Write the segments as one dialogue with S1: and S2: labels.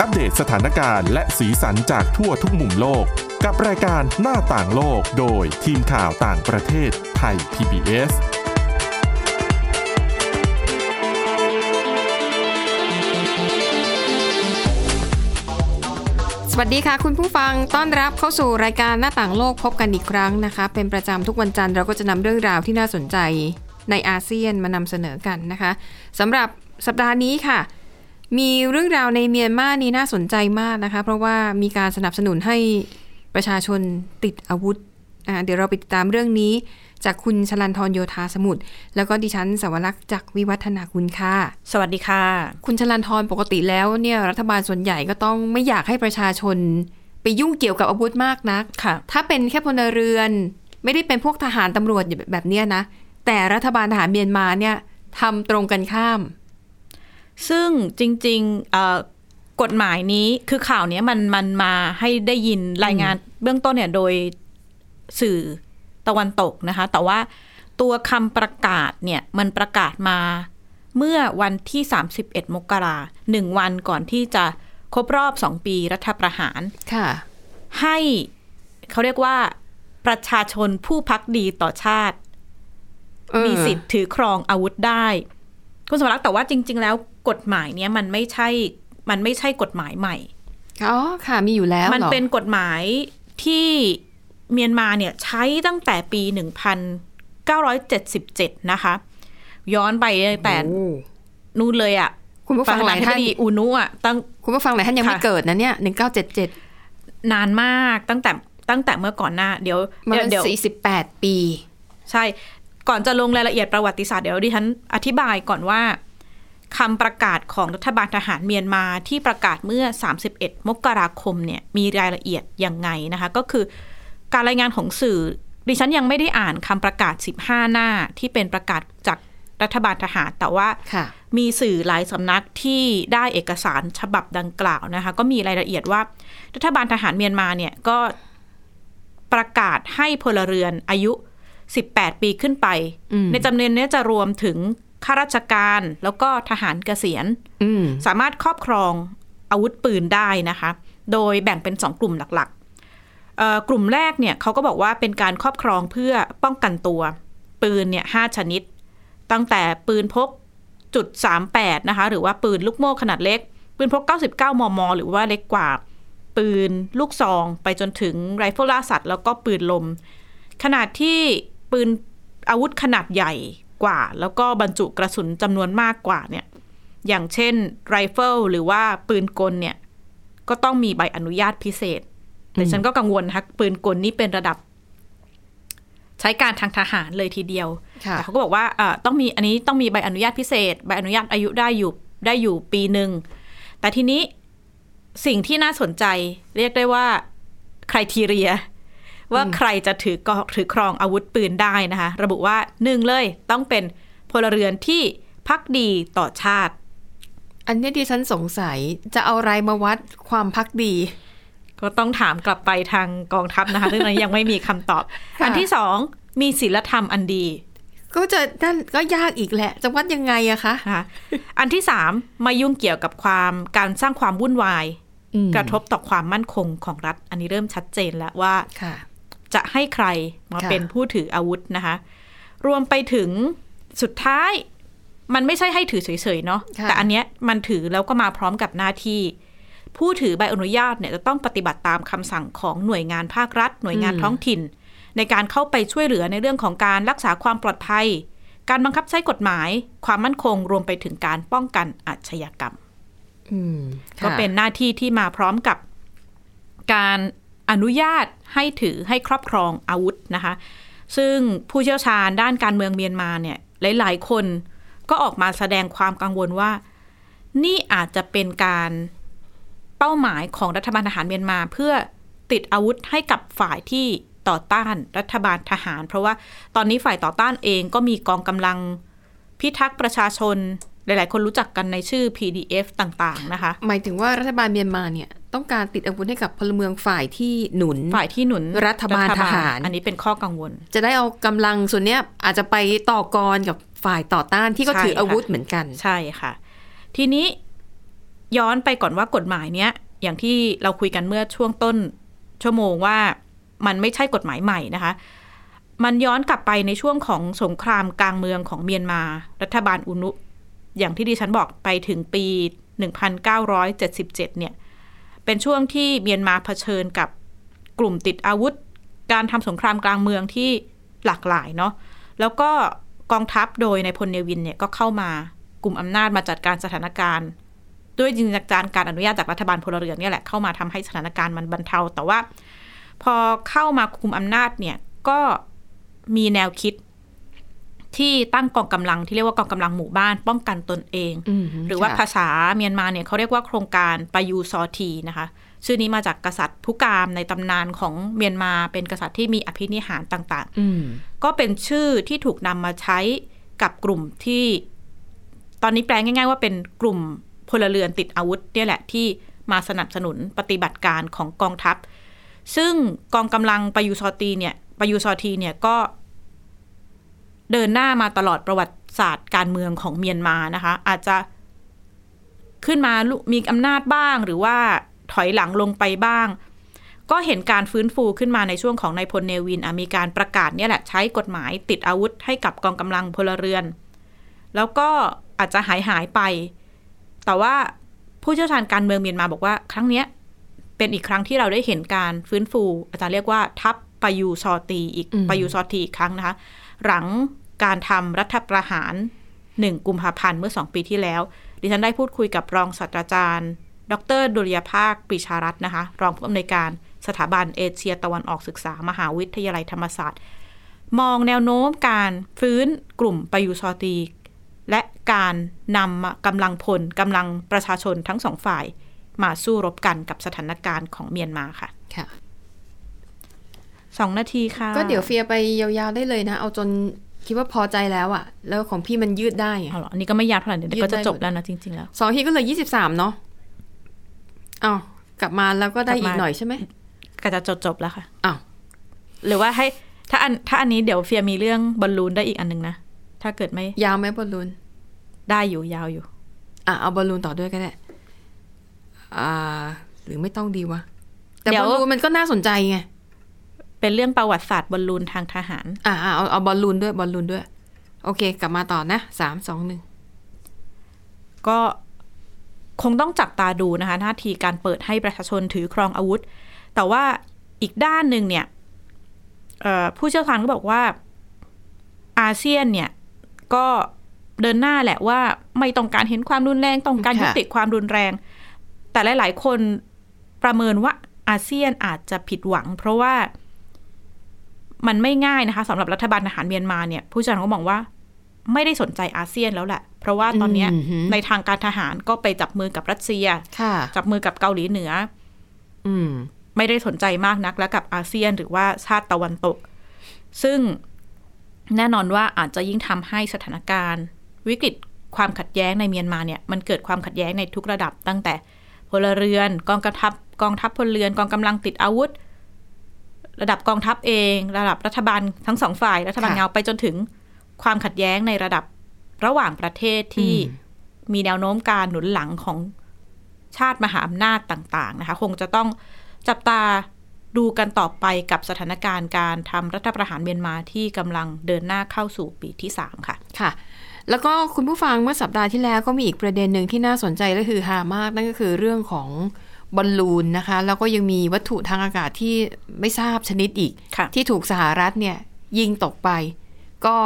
S1: อัปเดตสถานการณ์และสีสันจากทั่วทุกมุมโลก กับรายการหน้าต่างโลกโดยทีมข่าวต่างประเทศไทย PBS
S2: สวัสดีค่ะ คุณผู้ฟังต้อนรับเข้าสู่รายการหน้าต่างโลกพบกันอีกครั้งนะคะ เป็นประจำทุกวันจันทร์เราก็จะนำเรื่องราวที่น่าสนใจในอาเซียนมานำเสนอกันนะคะสำหรับสัปดาห์นี้ค่ะ มีเรื่องราวในเมียนมานี่น่าสนใจมากนะคะ เพราะว่ามีการสนับสนุนให้ประชาชนติดอาวุธอ่าเดี๋ยวเราไปติดตามเรื่องนี้ จากคุณชลันทรโยธาสมุทรแล้วก็ดิฉันสวรักษ์จากวิวัฒนาคุณค่ะ
S3: สวัสดีค่ะ
S2: คุณชลันทรปกติแล้วเนี่ยรัฐบาลส่วนใหญ่ก็ต้องไม่อยากให้ประชาชน ไปยุ่งเกี่ยวกับอาวุธมากนัก
S3: ค่ะ
S2: ถ้าเป็นแค่พลเรือน ไม่ได้เป็นพวกทหารตำรวจแบบเนี้ยนะ แต่รัฐบาลทหารเมียนมาเนี่ยทำตรงกันข้าม
S3: ซึ่งจริงๆเอ่อกฎหมายนี้คือข่าวเนี้ยมันมันมาให้ได้ยินรายงานเบื้องต้นเนี่ยโดยสื่อตะวันตกนะคะ แต่ว่าตัวคำประกาศเนี่ยมันประกาศมาเมื่อวันที่ 31 มกราหนึ่งวันก่อนที่จะครบรอบ 2 ปีรัฐประหาร
S2: ค่ะ
S3: ให้เขาเรียกว่าประชาชนผู้พักดีต่อชาติ มีสิทธิ์ถือครองอาวุธได้ คุณสมรักษ์แต่ว่าจริง ๆ แล้วกฎหมายเนี้ยมันไม่ใช่ มันไม่ใช่กฎหมายใหม่
S2: อ๋อค่ะมีอยู่แล้ว
S3: มัน
S2: หรอ
S3: เป็นกฎหมายที่เมียนมาเนี่ยใช้ตั้งแต่ปี 1977 นะคะ ย้อนไปตั้งแต่
S2: โอ้
S3: นู่นเลยอะ
S2: คุณผู้ฟังหลายท่าน
S3: ประธธิบดีอุนุอะตั้ง
S2: คุณผู้ฟังหลายท่านยังไม่
S3: ค่ะ
S2: เกิดนะเนี่ยหนึ่งเก้าเจ็ดเจ็ด
S3: นานมากตั้งแต่ตั้งแต่เมื่อก่อนหน้า เดี๋ยว
S2: มัน
S3: เดี๋ยวเดี๋ยว
S2: สี่สิบแปดปี
S3: ใช่ ก่อนจะลงรายละเอียดประวัติศาสตร์เดี๋ยวดิฉันอธิบายก่อนว่าคำประกาศของรัฐบาลทหารเมียนมาที่ประกาศเมื่อ 31 มกราคมเนี่ยมีรายละเอียดยังไงนะคะ ก็คือการรายงานของสื่อ ดิฉันยังไม่ได้อ่านคำประกาศ 15 หน้าที่เป็นประกาศจากรัฐบาลทหาร แต่ว่า
S2: ค่ะ
S3: มีสื่อหลายสำนักที่ได้เอกสารฉบับดังกล่าวนะคะ ก็มีรายละเอียดว่า รัฐบาลทหารเมียนมาเนี่ยก็ประกาศให้พลเรือนอายุ 18 ปีขึ้นไป
S2: อืม
S3: ในจำเนียนเนี้ยจะรวมถึงข้าราชการแล้วก็ทหารเกษียณ
S2: อืม
S3: สามารถครอบครองอาวุธปืนได้นะคะ โดยแบ่งเป็น 2 กลุ่มหลักๆเอ่อกลุ่มแรกเนี่ยเขาก็บอกว่าเป็นการครอบครองเพื่อป้องกันตัว ปืนเนี่ยหชนิด ตั้งแต่ปืนพกจุด38นะคะ หรือว่าปืนลูกโม่ขนาดเล็ก ปืนพก 99 มม หรือว่าเล็กกว่า ปืนลูกซอง ไปจนถึงไรเฟิลล่าสัตว์ แล้วก็ปืนลม ขนาดที่ปืนอาวุธขนาดใหญ่กว่า แล้วก็บรรจุกระสุนจำนวนมากกว่าเนี่ย อย่างเช่นไรเฟิลหรือว่าปืนกลเนี่ย ก็ต้องมีใบอนุญาตพิเศษ แต่ฉันก็กังวลนะคะปืนกลนี่เป็นระดับ ใช้การทางทหารเลยทีเดียว
S2: ค่ะ
S3: แต่เขาก็บอกว่าอ่าต้องมีอันนี้ต้องมีใบอนุญาตพิเศษ ใบอนุญาตอายุได้อยู่ได้อยู่ปีหนึ่ง แต่ทีนี้สิ่งที่น่าสนใจ เรียกได้ว่าใครทีเรีย ว่าใครจะถือกถือครองอาวุธปืนได้นะคะ ระบุว่าหนึ่งเลยต้องเป็นพลเรือนที่พักดีต่อชาติ
S2: อันเนี้ยดิฉันสงสัยจะเอาอะไรมาวัดความพักดี
S3: ก็ต้องถามกลับไปทางกองทัพนะคะเรื่องนี้ยังไม่มีคำตอบ
S2: ค่ะ
S3: อันที่สองมีศีลธรรมอันดี
S2: ก็จะนั่นก็ยากอีกแหละ จะวัดยังไงอะคะ
S3: นะคะอันที่สามไม่ยุ่งเกี่ยวกับความการสร้างความวุ่นวาย กระทบต่อความมั่นคงของรัฐ อันนี้เริ่มชัดเจนแล้วว่า
S2: ค่ะ
S3: จะให้ใครมา
S2: ค่ะ
S3: เป็นผู้ถืออาวุธนะคะ รวมไปถึงสุดท้ายมันไม่ใช่ให้ถือเฉยๆเนาะ
S2: ค่ะ
S3: แต่อันเนี้ยมันถือแล้วก็มาพร้อมกับหน้าที่ ผู้ถือใบอนุญาตเนี่ยจะต้องปฏิบัติตามคำสั่งของหน่วยงานภาครัฐ หน่วยงานท้องถิ่น ในการเข้าไปช่วยเหลือในเรื่องของการรักษาความปลอดภัย การบังคับใช้กฎหมาย ความมั่นคงรวมไปถึงการป้องกันอาชญากรรม
S2: อืม
S3: ก็เป็นหน้าที่ที่มาพร้อมกับการอนุญาตให้ถือให้ครอบครองอาวุธนะคะ ซึ่งผู้เชี่ยวชาญด้านการเมืองเมียนมาเนี่ยหลาย ๆ คนก็ออกมาแสดงความกังวลว่า นี่อาจจะเป็นการเป้าหมายของรัฐบาลทหารเมียนมา เพื่อติดอาวุธให้กับฝ่ายที่ต่อต้านรัฐบาลทหาร เพราะว่าตอนนี้ฝ่ายต่อต้านเองก็มีกองกำลังพิทักษ์ประชาชน หลาย ๆ คนรู้จักกันในชื่อ PDF ต่าง ๆ นะคะ
S2: หมายถึงว่ารัฐบาลเมียนมาเนี่ย ต้องการติดอาวุธให้กับพลเมืองฝ่ายที่หนุน
S3: ฝ่ายที่หนุน
S2: รัฐบาลทหาร
S3: อันนี้เป็นข้อกังวล
S2: จะได้เอากำลังส่วนเนี้ยอาจจะไปต่อกรกับฝ่ายต่อต้านที่ก็
S3: ใช่
S2: ถืออาวุธ
S3: ค่ะ
S2: เหมือนกัน
S3: ใช่ค่ะ ทีนี้ ย้อนไปก่อนว่ากฎหมายเนี้ยอย่างที่เราคุยกันเมื่อช่วงต้นชั่วโมงว่ามันไม่ใช่กฎหมายใหม่นะคะ มันย้อนกลับไปในช่วงของสงครามกลางเมืองของเมียนมา รัฐบาลอุนุ อย่างที่ดิฉันบอกไปถึงปี 1977 เนี่ย เป็นช่วงที่เมียนมาเผชิญกับกลุ่มติดอาวุธ การทำสงครามกลางเมืองที่หลากหลายเนาะ แล้วก็กองทัพโดยนายพลเนวินเนี่ยก็เข้ามากลุ่มอำนาจมาจัดการสถานการณ์ ด้วยจินตนาการการอนุญาตจากรัฐบาลพลเรือนเนี่ยแหละเข้ามาทำให้สถานการณ์มันบรรเทา แต่ว่า พอเข้ามาคุมอำนาจเนี่ยก็มีแนวคิดที่ตั้งกองกำลังที่เรียกว่ากองกำลังหมู่บ้าน ป้องกันตนเอง
S2: อืม
S3: หรือว่า
S2: ค่ะ
S3: ภาษาเมียนมาเนี่ยเขาเรียกว่าโครงการปายูซอทีนะคะ ชื่อนี้มาจากกษัตริย์ผู้กามในตำนานของเมียนมาเป็นกษัตริย์ที่มีอภินิหารต่าง
S2: อืม
S3: ๆ ก็เป็นชื่อที่ถูกนำมาใช้กับกลุ่มที่ ตอนนี้แปลง่าย ๆ ว่าเป็นกลุ่มพลเรือนติดอาวุธเนี่ยแหละที่มาสนับสนุนปฏิบัติการของกองทัพ ซึ่งกองกำลังปายูซอตีเนี่ยปายูซอทีเนี่ยก็ เดินหน้ามาตลอดประวัติศาสตร์การเมืองของเมียนมานะคะ อาจจะขึ้นมาลุมีอำนาจบ้าง หรือว่าถอยหลังลงไปบ้าง ก็เห็นการฟื้นฟูขึ้นมาในช่วงของนายพลเนวินอ่ะมีการประกาศเนี่ยแหละใช้กฎหมายติดอาวุธให้กับกองกำลังพลเรือน แล้วก็อาจจะหายหายไป แต่ว่าผู้เชี่ยวชาญการเมืองเมียนมาบอกว่า ครั้งเนี้ยเป็นอีกครั้งที่เราได้เห็นการฟื้นฟู อาจารย์เรียกว่าทัพปายูซอตีอีกปายูซอตีอีกครั้งนะคะ หลังการทำรัฐประหาร 1 กุมภาพันธ์เมื่อ 2 ปีที่แล้ว ดิฉันได้พูดคุยกับรองศาสตราจารย์ ดรดุลยภาคปรีชารัตน์นะคะ รองผู้อำนวยการสถาบันเอเชียตะวันออกศึกษามหาวิทยาลัยธรรมศาสตร์ มองแนวโน้มการฟื้นกลุ่มปายุซอตี และการนำกำลังพลกำลังประชาชนทั้งสองฝ่าย มาสู้รบกันกับสถานการณ์ของเมียนมาค่ะ
S2: ค่ะ
S3: สองนาทีค่ะ
S2: ก็เดี๋ยวเฟียไปยาวๆได้เลยนะ เอาจนคิดว่าพอใจแล้วอะแล้วของพี่มันยืดได้ไง
S3: เอาเหรออันนี้ก็ไม่ยาวเท่าไหร่เดี๋ยว
S2: ยืด
S3: ก็จะ
S2: ได้
S3: จบ
S2: หมด
S3: แล้วนะจริง ๆ แล้ว
S2: สองทีก็เลยยี่สิบสามเนาะอ้าวกลับมาแล้วก็ได้อี
S3: กลั
S2: ก
S3: บมา
S2: หน่อยใช่ไหม
S3: ก็จะจบจบๆแล้วค่ะ
S2: อ้าว
S3: หรือว่าให้ถ้าอันถ้าอันนี้เดี๋ยวเฟียมีเรื่องบอลลูนได้อีกอันหนึงนะ ถ้าเกิดไม่
S2: ยาวไหมบอลลูน
S3: ได้อยู่ยาวอยู่
S2: อ่ะเอาบอลลูนต่อด้วยก็ได้ อ่า หรือไม่ต้องดีวะ แต่
S3: เดี๋
S2: บ
S3: ยว
S2: อลลูนมันก็น่าสนใจไง
S3: เป็นเรื่องประวัติศาสตร์บอลลูนทางทหาร
S2: อ่าเอาเอาบอลลูนด้วยบอลลูนด้วย โอเค กลับมาต่อนะสามสองหนึ่ง
S3: ก็คงต้องจับตาดูนะคะท่าทีการเปิดให้ประชาชนถือครองอาวุธ แต่ว่าอีกด้านหนึ่งเนี่ยเอ่อผู้เชี่ยวชาญก็บอกว่าอาเซียนเนี่ยก็เดินหน้าแหละว่าไม่ต้องการเห็นความรุนแรงต้องการยุติความรุนแรง แต่หลาย ๆ คนประเมินว่าอาเซียนอาจจะผิดหวัง เพราะว่ามันไม่ง่ายนะคะสำหรับรัฐบาลทหารเมียนมาเนี่ย ผู้เชี่ยวชาญก็มองว่า ไม่ได้สนใจอาเซียนแล้วแหละ เพราะว่าตอนเนี้ย ในทางการทหารก็ไปจับมือกับรัสเซีย
S2: ค่ะ
S3: จับมือกับเกาหลีเหนือ
S2: อืม
S3: ไม่ได้สนใจมากนักแล้วกับอาเซียนหรือว่าชาติตะวันตก ซึ่งแน่นอนว่าอาจจะยิ่งทำให้สถานการณ์ วิกฤตความขัดแย้งในเมียนมาเนี่ยมันเกิดความขัดแย้งในทุกระดับ ตั้งแต่พลเรือน กองกำทัพกองทัพพลเรือนกองกำลังติดอาวุธ ระดับกองทัพเอง ระดับรัฐบาลทั้งสองฝ่าย รัฐบาล
S2: ค่ะ
S3: เงาไปจนถึงความขัดแย้งในระดับระหว่างประเทศที่ มีแนวโน้มการหนุนหลังของชาติมหาอำนาจต่าง ๆ นะคะ คงจะต้องจับตาดูกันต่อไปกับสถานการณ์การทำรัฐประหารเมียนมาที่กำลังเดินหน้าเข้าสู่ปีที่ 3 ค่ะ
S2: ค่ะ แล้วก็คุณผู้ฟังเมื่อสัปดาห์ที่แล้วก็มีอีกประเด็นหนึ่งที่น่าสนใจและคือฮามาก นั่นก็คือเรื่องของบอลลูนนะคะ แล้วก็ยังมีวัตถุทางอากาศที่ไม่ทราบชนิดอีก
S3: ค่ะ
S2: ที่ถูกสหรัฐเนี่ยยิงตกไป ก็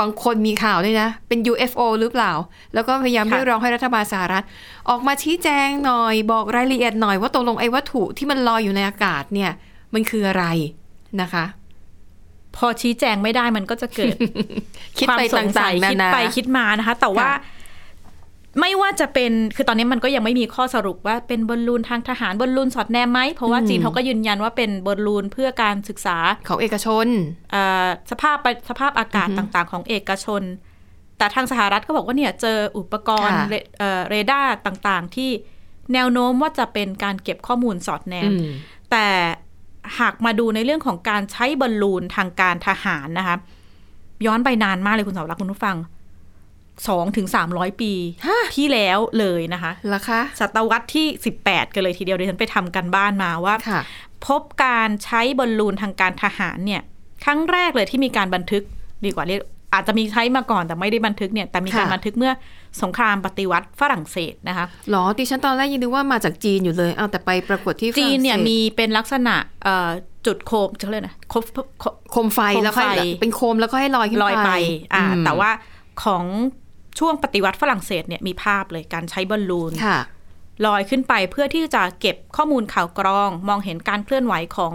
S2: บางคนมีข่าวด้วยนะ เป็น UFO หรือเปล่า แล้วก็พยายาม
S3: ค่ะ
S2: เรียกร้องให้รัฐบาลสหรัฐ ออกมาชี้แจงหน่อย บอกรายละเอียดหน่อยว่าตกลงไอ้วัตถุที่มันลอยอยู่ในอากาศเนี่ย มันคืออะไรนะคะ
S3: พอชี้แจงไม่ได้มันก็จะเกิด
S2: คิดไป
S3: วมสงสั
S2: ต่ายงๆนา
S3: คิด
S2: นา
S3: ไปคิดมานะคะ แต่ว่า
S2: ค่ะ
S3: ไม่ว่าจะเป็นคือตอนนี้มันก็ยังไม่มีข้อสรุปว่าเป็นบอลลูนทางทหารบอลลูนสอดแนมไหมเพราะว่าจีนเขาก็ยืนยันว่าเป็นบอลลูนเพื่อการศึกษา
S2: ของเอกชน
S3: เอ่อสภาพไปสภาพอากาศต่างๆ ของเอกชน แต่ทางสหรัฐก็บอกว่าเนี่ยเจออุปกรณ์
S2: ค่ะ
S3: เรเอ่อเรดาร์ต่างๆ ที่แนวโน้มว่าจะเป็นการเก็บข้อมูลสอดแนม แต่หากมาดูในเรื่องของการใช้บอลลูนทางการทหารนะคะย้อนไปนานมากเลยคุณสาวรักษ์คุณผู้ฟัง 2ถึง300 ปี
S2: ฮะ
S3: ที่แล้วเลยนะคะ
S2: เหรอคะ
S3: ศตวรรษที่ 18 กันเลยทีเดียวดิฉันไปทำกันบ้านมาว่า
S2: ค่ะ
S3: พบการใช้บอลลูนทางการทหารเนี่ย ครั้งแรกเลยที่มีการบันทึกดีกว่าเรียกอาจจะมีใช้มาก่อนแต่ไม่ได้บันทึกเนี่ย แต่มีการ
S2: ค่ะ
S3: บันทึกเมื่อสงครามปฏิวัติฝรั่งเศสนะคะ
S2: หรอดิฉันตอนแรกยินดีว่ามาจากจีนอยู่เลยเอาแต่ไปปรากฏที่ฝรั่งศส
S3: จีนเนี่ยมีเป็นลักษณะเอ่อจุดโคมเขาเรียกนะโคมโคม
S2: โคมไฟแล้วค่อย
S3: โคมไฟ
S2: เป็นโคมแล้วก็ให้ลอยขึ้น
S3: ลอยไปอ่าม แต่ว่าของช่วงปฏิวัติฝรั่งเศสเนี่ยมีภาพเลยการใช้บอลลูน
S2: ค่ะ
S3: ลอยขึ้นไปเพื่อที่จะเก็บข้อมูลข่าวกรอง มองเห็นการเคลื่อนไหวของ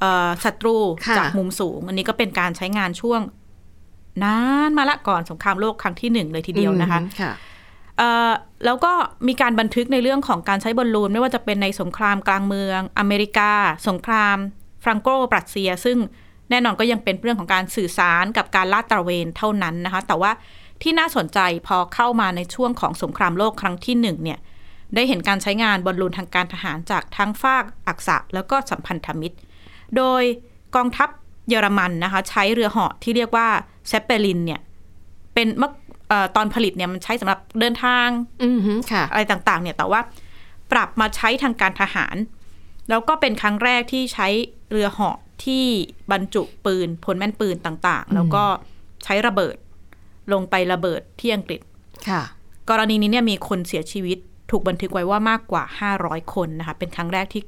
S3: เอ่อศัตรู
S2: ค่ะ
S3: จากมุมสูง อันนี้ก็เป็นการใช้งานช่วงนานมาละก่อนสงครามโลกครั้งที่หนึ่งเลยทีเดียวนะคะ
S2: อืมค่ะ
S3: เอ่อแล้วก็มีการบันทึกในเรื่องของการใช้บอลลูน ไม่ว่าจะเป็นในสงครามกลางเมือง อเมริกา สงครามฟรังโกปรัสเซีย ซึ่งแน่นอนก็ยังเป็นเรื่องของการสื่อสารกับการลาดตระเวนเท่านั้นนะคะ แต่ว่าที่น่าสนใจพอเข้ามาในช่วงของสงครามโลกครั้งที่หนึ่งเนี่ย ได้เห็นการใช้งานบอลลูนทางการทหารจากทั้งฝากอักษะแล้วก็สัมพันธมิตร โดยกองทัพเยอรมันนะคะ ใช้เรือเหาะที่เรียกว่าเซปเปลินเนี่ย เป็นเมื่อเอ่อตอนผลิตเนี่ยมันใช้สำหรับเดินทาง
S2: อืมค่ะ
S3: อะไรต่างๆ เนี่ยแต่ว่าปรับมาใช้ทางการทหาร แล้วก็เป็นครั้งแรกที่ใช้เรือเหาะที่บรรจุปืนพลแม่นปืนต่างๆ แล้วก็ใช้ระเบิดลงไประเบิดที่อังกฤษ
S2: ค่ะ
S3: กรณีนี้เนี่ยมีคนเสียชีวิตถูกบันทึกไว้ว่ามากกว่า 500 คนนะคะ เป็นครั้งแรกที่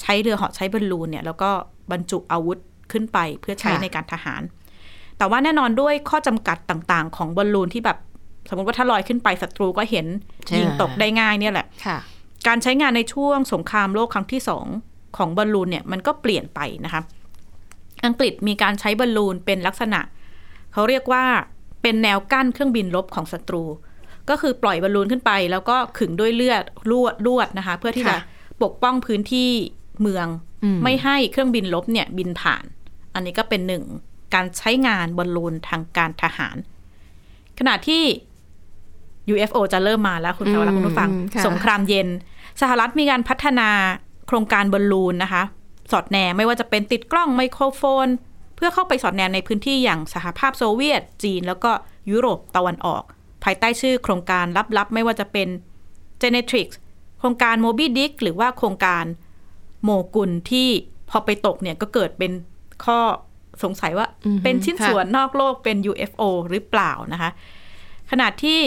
S3: ใช้เรือเหาะใช้บอลลูนเนี่ยแล้วก็บรรจุอาวุธขึ้นไปเพื่อใช้
S2: ค่ะ
S3: ในการทหาร แต่ว่าแน่นอนด้วยข้อจำกัดต่างๆ ของบอลลูนที่แบบ สมมติว่าถ้าลอยขึ้นไปศัตรูก็เห็นยิงตกได้ง่ายเนี่ยแหละ
S2: ค่ะ
S3: การใช้งานในช่วงสงครามโลกครั้งที่สองของบอลลูนเนี่ยมันก็เปลี่ยนไปนะคะ อังกฤษมีการใช้บอลลูนเป็นลักษณะ เขาเรียกว่าเป็นแนวกั้นเครื่องบินรบของศัตรู ก็คือปล่อยบอลลูนขึ้นไป แล้วก็ขึงด้วยเลือดลวดลวดนะคะ เพื่อที่จะ
S2: ค่ะ
S3: ปกป้องพื้นที่เมือง
S2: อืม
S3: ไม่ให้เครื่องบินรบเนี่ยบินผ่าน อันนี้ก็เป็นหนึ่งการใช้งานบอลลูนทางการทหาร ขณะที่ UFO จะเริ่มมาแล้วคุณสาวรักษ์คุณผู้ฟัง
S2: อืมค่ะ
S3: สงครามเย็น สหรัฐมีการพัฒนาโครงการบอลลูนนะคะ สอดแนมไม่ว่าจะเป็นติดกล้องไมโครโฟน เพื่อเข้าไปสอดแนมในพื้นที่อย่างสหภาพโซเวียต จีน แล้วก็ยุโรปตะวันออก ภายใต้ชื่อโครงการลับๆ ไม่ว่าจะเป็น Genetrix โครงการ Moby Dick หรือว่าโครงการโมกุลที่พอไปตกเนี่ยก็เกิดเป็นข้อสงสัยว่า
S2: อือหือ
S3: เป็นชิ้น
S2: ค่ะ
S3: ส่วนนอกโลกเป็น UFO หรือเปล่านะคะ ขณะที่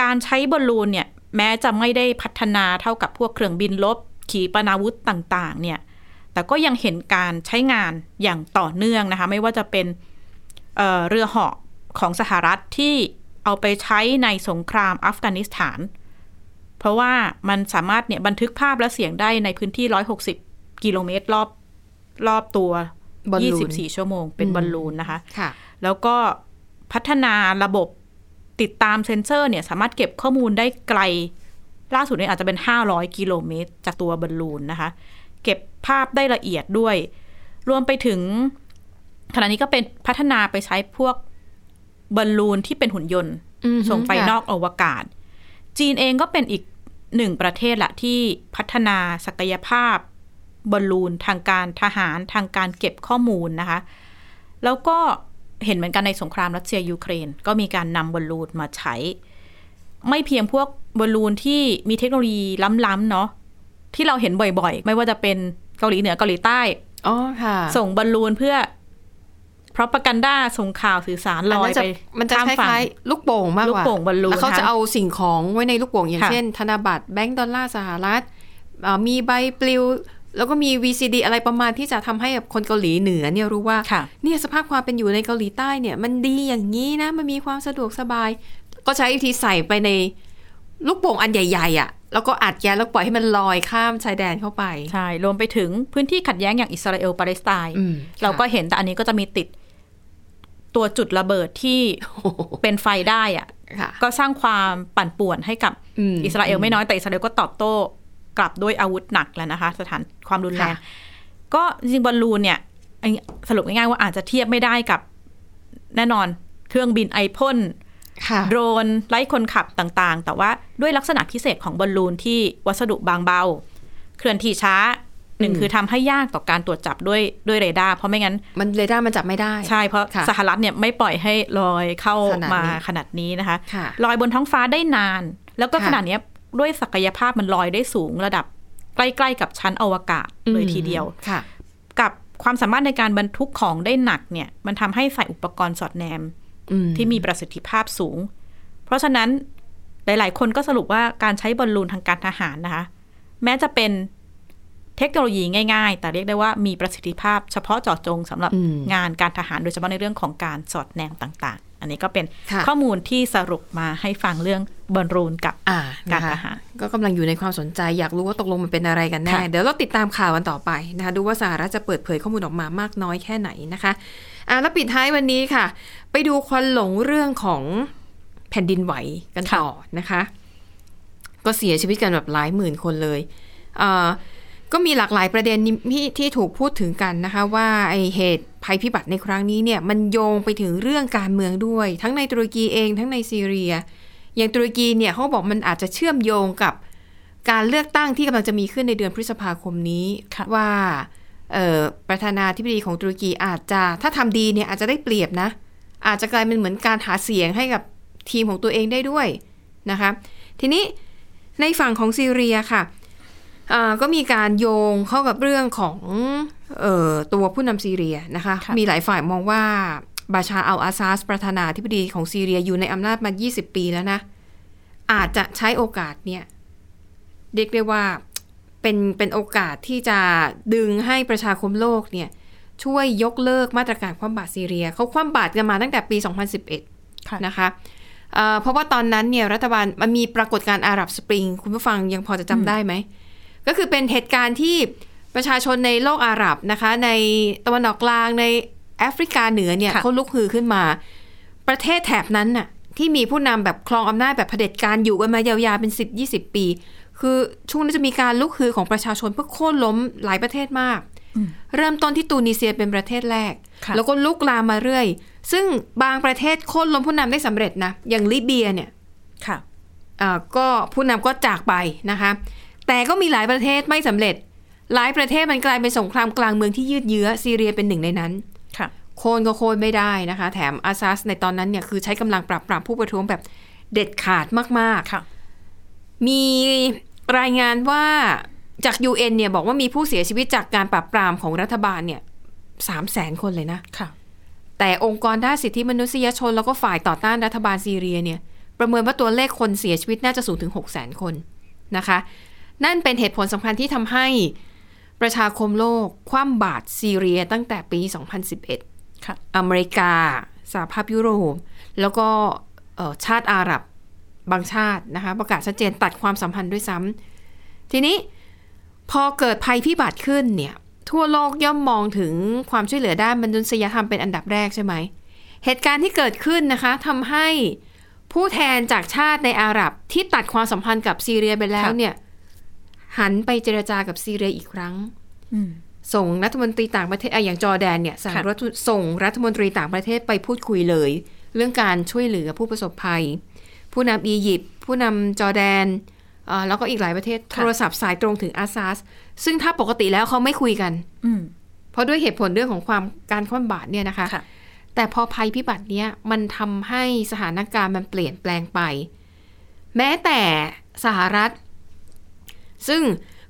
S3: การใช้บอลลูนเนี่ย แม้จะไม่ได้พัฒนาเท่ากับพวกเครื่องบินลบ ขีปนาวุธต่าง ๆ เนี่ย แต่ก็ยังเห็นการใช้งานอย่างต่อเนื่องนะคะ ไม่ว่าจะเป็นเอ่อเรือเหาะของสหรัฐที่เอาไปใช้ในสงครามอัฟกานิสถาน เพราะว่ามันสามารถเนี่ยบันทึกภาพและเสียงได้ในพื้นที่ 160 กิโลเมตรรอบรอบตัว
S2: บอลลูน
S3: 24 ชั่วโมง เป็น
S2: อืม
S3: บอลลูนนะคะ
S2: ค่ะ
S3: แล้วก็พัฒนาระบบติดตามเซ็นเซอร์เนี่ย สามารถเก็บข้อมูลได้ไกล ล่าสุดเนี่ยอาจจะเป็น 500 กิโลเมตร จากตัวบอลลูนนะคะ เก็บภาพได้ละเอียดด้วย รวมไปถึงขณะนี้ก็เป็นพัฒนาไปใช้พวกบอลลูนที่เป็นหุ่นยนต์
S2: อือฮึ
S3: ส่งไป
S2: ค่ะ
S3: นอกอวกาศ จีนเองก็เป็นอีกหนึ่งประเทศละที่พัฒนาศักยภาพบอลลูนทางการทหารทางการเก็บข้อมูลนะคะ แล้วก็เห็นเหมือนกันในสงครามรัสเซียยูเครน ก็มีการนำบอลลูนมาใช้ ไม่เพียงพวกบอลลูนที่มีเทคโนโลยีล้ำๆเนาะที่เราเห็นบ่อยๆ ไม่ว่าจะเป็นเกาหลีเหนือเกาหลีใต้
S2: อ๋อค่ะ
S3: ส่งบอลลูนเพื่อพรอพกันด้าส่งข่าวสื่อสารล
S2: น
S3: อ
S2: นั้
S3: ย
S2: นจะ
S3: ไป
S2: มันจะ
S3: ข้าม
S2: ค
S3: ฝั่ง
S2: ล้ายๆลูกโป่งมาก
S3: ลู
S2: ก
S3: ก
S2: ว่า
S3: โป่งบอลลูน
S2: แล้วเขา
S3: นะคะ
S2: จะเอาสิ่งของไว้ในลูกโป่งอย่าง
S3: ค่ะ
S2: เช่น ธนบัตรแบงก์ดอลลาร์สหรัฐเอ่อมีใบปลิว แล้วก็มี VCD อะไรประมาณที่จะทำให้แบบคนเกาหลีเหนือเนี่ยรู้ว่า
S3: ค่ะ
S2: เนี่ยสภาพความเป็นอยู่ในเกาหลีใต้เนี่ย มันดีอย่างนี้นะ มันมีความสะดวกสบาย ก็ใช้วิธีใส่ไปในลูกโป่งอันใหญ่ๆอะ่ะ แล้วก็อัดแก๊สแล้วปล่อยให้มันลอยข้ามชายแดนเข้าไป
S3: ใช่ รวมไปถึงพื้นที่ขัดแย้งอย่างอิสราเอลปาเลสไตน์
S2: อืม
S3: เราก็
S2: ค่ะ
S3: เห็นแต่อันนี้ก็จะมีติดตัวจุดระเบิดที่
S2: โอ้โห
S3: เป็นไฟได้อะ
S2: ค่ะ
S3: ก็สร้างความปั่นป่วนให้กับ
S2: อืม
S3: อิสราเอลไม่น้อยแต่อิสราเอลก็ตอบโต้กลับด้วยอาวุธหนักแล้วนะคะ สถานความรุนแรง
S2: ค่ะ
S3: ก็จริงๆบอลลูนเนี่ยอันนี้สรุปง่ายๆว่าอาจจะเทียบไม่ได้กับแน่นอนเครื่องบินไอพ่น
S2: ค่ะ
S3: โดรนไล่คนขับต่างๆ แต่ว่าด้วยลักษณะพิเศษของบอลลูนที่วัสดุบางเบา เคลื่อนที่ช้า หนึ่งคือทำให้ยากต่อการตรวจจับด้วยด้วยเรดาร์เพราะไม่งั้น
S2: มันเรดาร์มันจับไม่ได้
S3: ใช่เพราะ
S2: ค่ะ
S3: สหรัฐเนี่ยไม่ปล่อยให้ลอยเข้า
S2: ขนาดนี้
S3: มาขนาดนี้นะคะ
S2: ค่ะ
S3: ลอยบนท้องฟ้าได้นาน แล้วก็
S2: ค่ะ
S3: ขนาดเนี้ยด้วยศักยภาพมันลอยได้สูงระดับใกล้ๆกับชั้นอวกาศเลยทีเดียว
S2: อืมค่ะ
S3: กับความสามารถในการบรรทุกของได้หนักเนี่ยมันทำให้ใส่อุปกรณ์สอดแนม
S2: อืม
S3: ที่มีประสิทธิภาพสูง เพราะฉะนั้นหลาย ๆ คนก็สรุปว่าการใช้บอลลูนทางการทหารนะคะ แม้จะเป็นเทคโนโลยีง่าย ๆ แต่เรียกได้ว่ามีประสิทธิภาพเฉพาะเจาะจงสำหรับ
S2: อืม
S3: งานการทหารโดยเฉพาะในเรื่องของการสอดแนมต่าง ๆ อันนี้ก็เป็น
S2: ค่ะ
S3: ข้อมูลที่สรุปมาให้ฟังเรื่องบอลลูนกับ
S2: อ่า
S3: การ
S2: นะคะ
S3: ทหาร
S2: ก็กำลังอยู่ในความสนใจอยากรู้ว่าตกลงมันเป็นอะไรกันแน่
S3: ค่ะ
S2: เดี๋ยวเราติดตามข่าวกันต่อไปนะคะ ดูว่าสหรัฐจะเปิดเผยข้อมูลออกมามากน้อยแค่ไหนนะคะอ่าแล้วปิดท้ายวันนี้ค่ะ ไปดูควันหลงเรื่องของแผ่นดินไหวกันต่อนะคะ ก็เสียชีวิตกันแบบหลายหมื่นคนเลยเอ่อก็มีหลากหลายประเด็นที่ที่ถูกพูดถึงกันนะคะ ว่าไอเหตุภัยพิบัติในครั้งนี้เนี่ยมันโยงไปถึงเรื่องการเมืองด้วย ทั้งในตุรกีเองทั้งในซีเรีย อย่างตุรกีเนี่ยเขาบอกมันอาจจะเชื่อมโยงกับการเลือกตั้งที่กำลังจะมีขึ้นในเดือนพฤษภาคมนี้
S3: ค่ะ
S2: ว่าเอ่อประธานาธิบดีของตุรกีอาจจะถ้าทำดีเนี่ยอาจจะได้เปรียบนะ อาจจะกลายเป็นเหมือนการหาเสียงให้กับทีมของตัวเองได้ด้วยนะคะทีนี้ในฝั่งของซีเรียค่ะอ่าก็มีการโยงเข้ากับเรื่องของเออตัวผู้นำซีเรียนะคะ
S3: ค่ะ
S2: มีหลายฝ่ายมองว่าบาชาอัลอาซาสประธานาธิบดีของซีเรียอยู่ในอำนาจมา 20 ปีแล้วนะ อาจจะใช้โอกาสเนี่ยเรียกได้ว่าเป็นเป็นโอกาสที่จะดึงให้ประชาคมโลกเนี่ย ช่วยยกเลิกมาตรการคว่ำบาตรซีเรีย เขาคว่ำบาตรกันมาตั้งแต่ปี
S3: ค่ะ
S2: 2011 นะคะเอ่อเพราะว่าตอนนั้นเนี่ยรัฐบาลมันมีปรากฏการณ์อาหรับสปริง คุณผู้ฟังยังพอจะจำได้ไหม ก็คือเป็นเหตุการณ์ที่ประชาชนในโลกอาหรับนะคะ ในตะวันออกกลางในแอฟริกาเหนือเนี่ย
S3: ค่ะ
S2: เขาลุกฮือขึ้นมา ประเทศแถบนั้นน่ะที่มีผู้นำแบบคลองอำนาจแบบเผด็จการอยู่กันมายาวๆเป็น 10 20 ปี คือช่วงนั้นจะมีการลุกฮือของประชาชนเพื่อโค่นล้มหลายประเทศมาก เริ่มต้นที่ตูนิเซียเป็นประเทศแรก
S3: ค่ะ
S2: แล้วก็ลุกลามมาเรื่อย ซึ่งบางประเทศโค่นล้มผู้นำได้สำเร็จนะ อย่างลิเบียเนี่ย
S3: ค่ะ
S2: เอ่อก็ผู้นำก็จากไปนะคะ แต่ก็มีหลายประเทศไม่สำเร็จ หลายประเทศมันกลายเป็นสงครามกลางเมืองที่ยืดเยื้อซีเรียเป็นหนึ่งในนั้น
S3: ค่ะ
S2: โค่นก็โค่นไม่ได้นะคะ แถมอาซาสในตอนนั้นเนี่ยคือใช้กำลังปราบปรามผู้ประท้วงแบบเด็ดขาดมากๆ
S3: ค่ะ
S2: มีรายงานว่าจาก UN เนี่ยบอกว่ามีผู้เสียชีวิตจากการปราบปรามของรัฐบาลเนี่ยสามแสนคนเลยนะ
S3: ค่ะ
S2: แต่องค์กรด้านสิทธิมนุษยชน แล้วก็ฝ่ายต่อต้านรัฐบาลซีเรียเนี่ยประเมินว่าตัวเลขคนเสียชีวิตน่าจะสูงถึง 6 0 0 0 0 0 คนนะคะ นั่นเป็นเหตุผลสำคัญที่ทำให้ประชาคมโลก คว่ำบาตรซีเรียตั้งแต่ปี 2011
S3: ค่ะ
S2: อเมริกาสหภาพยุโรป แล้วก็เอ่อชาติอาหรับบางชาตินะคะ ประกาศชัดเจนตัดความสัมพันธ์ด้วยซ้ำทีนี้พอเกิดภัยพิบัติขึ้นเนี่ย ทั่วโลกย่อมมองถึงความช่วยเหลือด้านมนุษยธรรมเป็นอันดับแรกใช่ไหม เหตุการณ์ที่เกิดขึ้นนะคะทำให้ผู้แทนจากชาติในอาหรับที่ตัดความสัมพันธ์กับซีเรียไปแล้ว
S3: ค่ะ
S2: เนี่ย หันไปเจรจากับซีเรียอีกครั้ง
S3: อืม
S2: ส่งรัฐมนตรีต่างประเทศอะอย่างจอร์แดนเนี่ยสั่ง
S3: ค่ะ
S2: รัฐส่งรัฐมนตรีต่างประเทศไปพูดคุยเลย เรื่องการช่วยเหลือผู้ประสบภัย ผู้นำอียิปต์ผู้นำจอร์แดนเอ่อแล้วก็อีกหลายประเทศโทรศัพท์สายตรงถึงอาซาส ซึ่งถ้าปกติแล้วเขาไม่คุยกัน
S3: อืม
S2: เพราะด้วยเหตุผลเรื่องของความการคว่ำบาตรเนี่ยนะคะ
S3: ค่ะ
S2: แต่พอภัยพิบัติเนี้ยมันทำให้สถานการณ์มันเปลี่ยนแปลงไป แม้แต่สหรัฐ ซึ่ง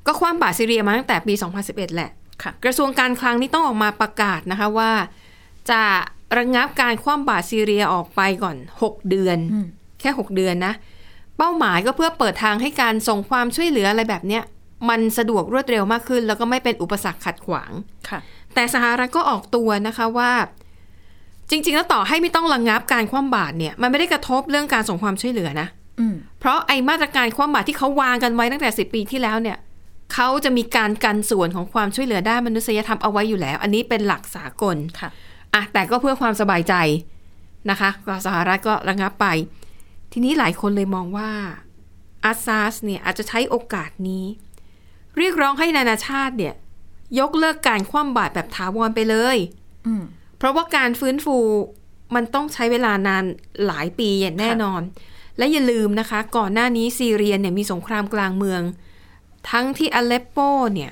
S2: ก็คว่ำบาตรซีเรียมาตั้งแต่ปี 2011 แหละ
S3: ค่ะ
S2: กระทรวงการคลังนี่ต้องออกมาประกาศนะคะว่า จะระงงับการคว่ำบาตรซีเรียออกไปก่อน 6 เดือน
S3: อืม
S2: แค่ 6 เดือนนะ เป้าหมายก็เพื่อเปิดทางให้การส่งความช่วยเหลืออะไรแบบเนี้ยมันสะดวกรวดเร็วมากขึ้น แล้วก็ไม่เป็นอุปสรรคขัดขวาง
S3: ค่ะ
S2: แต่สหรัฐก็ออกตัวนะคะว่า จริง ๆ แล้วต่อให้ไม่ต้องระงงับการคว่ำบาตรเนี่ยมันไม่ได้กระทบเรื่องการส่งความช่วยเหลือนะ
S3: อืม
S2: เพราะไอมาตรการความบาตรที่เขาวางกันไว้ตั้งแต่ 10 ปีที่แล้วเนี่ยเขาจะมีการกันส่วนของความช่วยเหลือด้านมนุษยธรรมเอาไว้อยู่แล้ว อันนี้เป็นหลักสากล
S3: ค่ะ
S2: อ่ะแต่ก็เพื่อความสบายใจนะคะก็สหรัฐก็ระงับไป ทีนี้หลายคนเลยมองว่าอาซาสเนี่ยอาจจะใช้โอกาสนี้ เรียกร้องให้นานาชาติเนี่ยยกเลิกการคว่ำบาตรแบบถาวรไปเลย
S3: อืม
S2: เพราะว่าการฟื้นฟูมันต้องใช้เวลานานหลายปีอย่างแน่นอน และอย่าลืมนะคะ ก่อนหน้านี้ซีเรียเนี่ยมีสงครามกลางเมือง ทั้งที่อเลปโปเนี่ย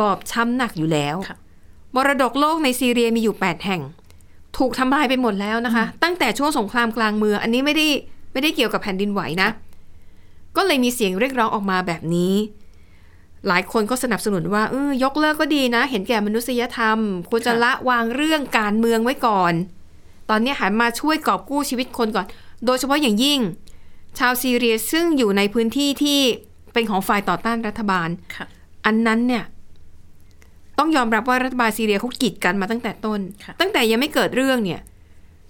S2: บอบช้ำหนักอยู่แล้ว
S3: ค่ะ
S2: มรดกโลกในซีเรียมีอยู่ 8 แห่ง ถูกทำลายไปหมดแล้วนะคะ ตั้งแต่ช่วงสงครามกลางเมืองอันนี้ไม่ได้ไม่ได้เกี่ยวกับแผ่นดินไหวนะ ก็เลยมีเสียงเรียกร้องออกมาแบบนี้ หลายคนก็สนับสนุนว่าเออยกเลิกก็ดีนะ เห็นแก่มนุษยธรรม ควรจะ
S3: ค่ะ
S2: ละวางเรื่องการเมืองไว้ก่อน ตอนนี้หันมาช่วยกอบกู้ชีวิตคนก่อน โดยเฉพาะอย่างยิ่ง ชาวซีเรียซึ่งอยู่ในพื้นที่ที่เป็นของฝ่ายต่อต้านรัฐบาล
S3: ค่ะ
S2: อันนั้นเนี่ย ต้องยอมรับว่ารัฐบาลซีเรียเขากีดกันมาตั้งแต่ต้น
S3: ค่ะ
S2: ตั้งแต่ยังไม่เกิดเรื่องเนี่ย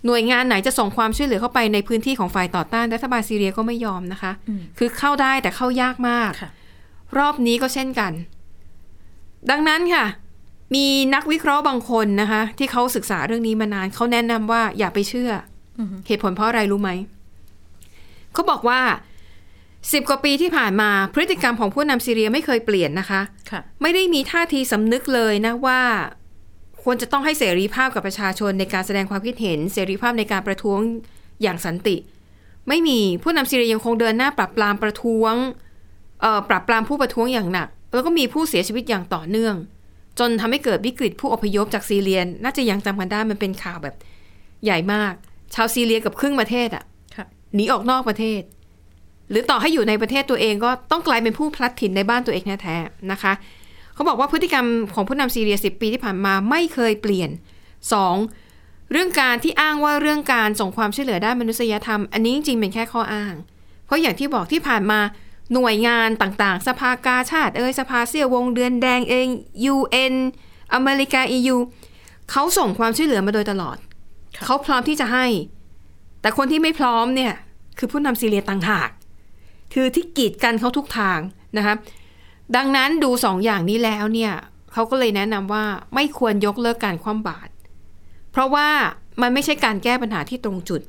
S2: หน่วยงานไหนจะส่งความช่วยเหลือเข้าไปในพื้นที่ของฝ่ายต่อต้านรัฐบาลซีเรียก็ไม่ยอมนะคะ คือเข้าได้แต่เข้ายากมาก
S3: ค่ะ
S2: รอบนี้ก็เช่นกัน ดังนั้นค่ะ มีนักวิเคราะห์บางคนนะคะ ที่เขาศึกษาเรื่องนี้มานานเขาแนะนำว่าอย่าไปเชื่ออ
S3: อฮึ
S2: เหตุผลเพราะอะไรรู้ไหม เขาบอกว่าสิบกว่าปีที่ผ่านมาพฤติกรรมของผู้นำซีเรียไม่เคยเปลี่ยนนะคะ
S3: ค่ะ
S2: ไม่ได้มีท่าทีสำนึกเลยนะว่า ควรจะต้องให้เสรีภาพกับประชาชนในการแสดงความคิดเห็น เสรีภาพในการประท้วงอย่างสันติ ไม่มีผู้นำซีเรียยังคงเดินหน้าปรับปรามประท้วงเอ่อปรับปรามผู้ประท้วงอย่างหนัก แล้วก็มีผู้เสียชีวิตอย่างต่อเนื่อง จนทำให้เกิดวิกฤตผู้อพยพจากซีเรียน่าจะยังจำกันได้มันเป็นข่าวแบบใหญ่มาก ชาวซีเรียเกับครึ่งประเทศอะ
S3: ค่ะ
S2: หนีออกนอกประเทศ หรือต่อให้อยู่ในประเทศตัวเองก็ต้องกลายเป็นผู้พลัดถิ่นในบ้านตัวเองแท้ๆนะคะ เขาบอกว่าพฤติกรรมของผู้นำซีเรีย 10 ปีที่ผ่านมาไม่เคยเปลี่ยน 2. เรื่องการที่อ้างว่าเรื่องการส่งความช่วยเหลือด้านมนุษยธรรม อันนี้จริงๆเป็นแค่ข้ออ้าง เพราะอย่างที่บอกที่ผ่านมาหน่วยงานต่างๆ สภากาชาติเอยสภาเซียววงเดือนแดงเอง UN อเมริกา EU เขาส่งความช่วยเหลือมาโดยตลอด
S3: ค่ะ
S2: เขาพร้อมที่จะให้ แต่คนที่ไม่พร้อมเนี่ย คือผู้นำซีเรียต่างหาก คือที่กีดกันเขาทุกทางนะคะดังนั้นดูสองอย่างนี้แล้วเนี่ยเขาก็เลยแนะนำว่าไม่ควรยกเลิกการคว่ำบาตรเพราะว่ามันไม่ใช่การแก้ปัญหาที่ตรงจุด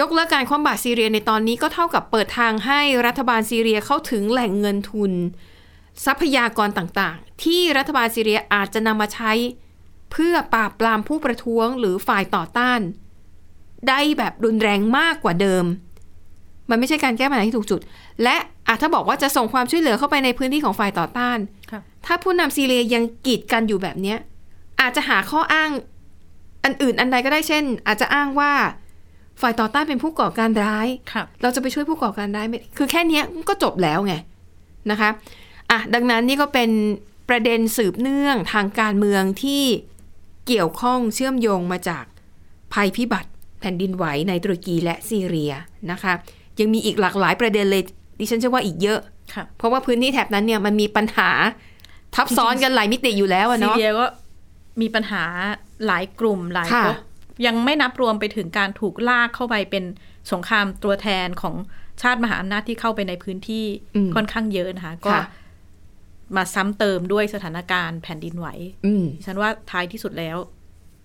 S2: ยกเลิกการคว่ำบาตรซีเรียในตอนนี้ก็เท่ากับเปิดทางให้รัฐบาลซีเรียเข้าถึงแหล่งเงินทุน ทรัพยากรต่างๆ ที่รัฐบาลซีเรียอาจจะนำมาใช้ เพื่อปราบปรามผู้ประท้วงหรือฝ่ายต่อต้าน ได้แบบรุนแรงมากกว่าเดิม มันไม่ใช่การแก้ปัญหาที่ถูกจุด และอาจถ้าบอกว่าจะส่งความช่วยเหลือเข้าไปในพื้นที่ของฝ่ายต่อต้าน
S3: ค่ะ
S2: ถ้าผู้นำซีเรียยังกีดกันอยู่แบบเนี้ย อาจจะหาข้ออ้างอันอื่นอันใดก็ได้เช่น อาจจะอ้างว่าฝ่ายต่อต้านเป็นผู้ก่อการร้าย
S3: ค่ะ
S2: เราจะไปช่วยผู้ก่อการร้ายไม่คือแค่เนี้ยก็จบแล้วไงนะคะอ่ะดังนั้นนี่ก็เป็นประเด็นสืบเนื่องทางการเมืองที่เกี่ยวข้องเชื่อมโยงมาจากภัยพิบัติแผ่นดินไหวในตุรกีและซีเรียนะคะ ยังมีอีกหลากหลายประเด็นเลยดิฉันเชื่อว่าอีกเยอะ
S3: ค่ะ
S2: เพราะว่าพื้นที่แถบนั้นเนี่ยมันมีปัญหาทับซ้อนกันหลายมิติอยู่แล้วอะ
S3: ซี
S2: เนาะ
S3: เรียก็มีปัญหาหลายกลุ่มหลาย
S2: ค่ะ
S3: ก๊กยังไม่นับรวมไปถึงการถูกลากเข้าไปเป็นสงครามตัวแทนของชาติมหาอำนาจที่เข้าไปในพื้นที่ค่อนข้างเยอะนะคะ ก็
S2: ค่ะ
S3: มาซ้ำเติมด้วยสถานการณ์แผ่นดินไหว
S2: อืม
S3: ฉันว่าท้ายที่สุดแล้ว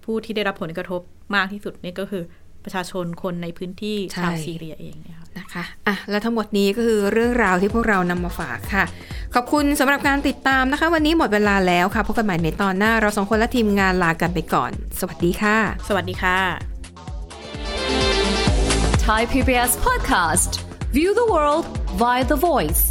S3: ผู้ที่ได้รับผลกระทบมากที่สุดเนี่ยก็คือประชาชนคนในพื้นที่
S2: ใช่
S3: ชาวซีเรียเองเนี่ยค่ะ
S2: นะคะอ่ะ และทั้งหมดนี้ก็คือเรื่องราวที่พวกเรานำมาฝากค่ะ ขอบคุณสำหรับการติดตามนะคะ วันนี้หมดเวลาแล้วค่ะ พบกันใหม่ในตอนหน้า เราสองคนและทีมงานลากันไปก่อน สวัสดีค่ะ
S3: สวัสดีค่ะ
S4: Thai PBS podcast. View the world via the voice.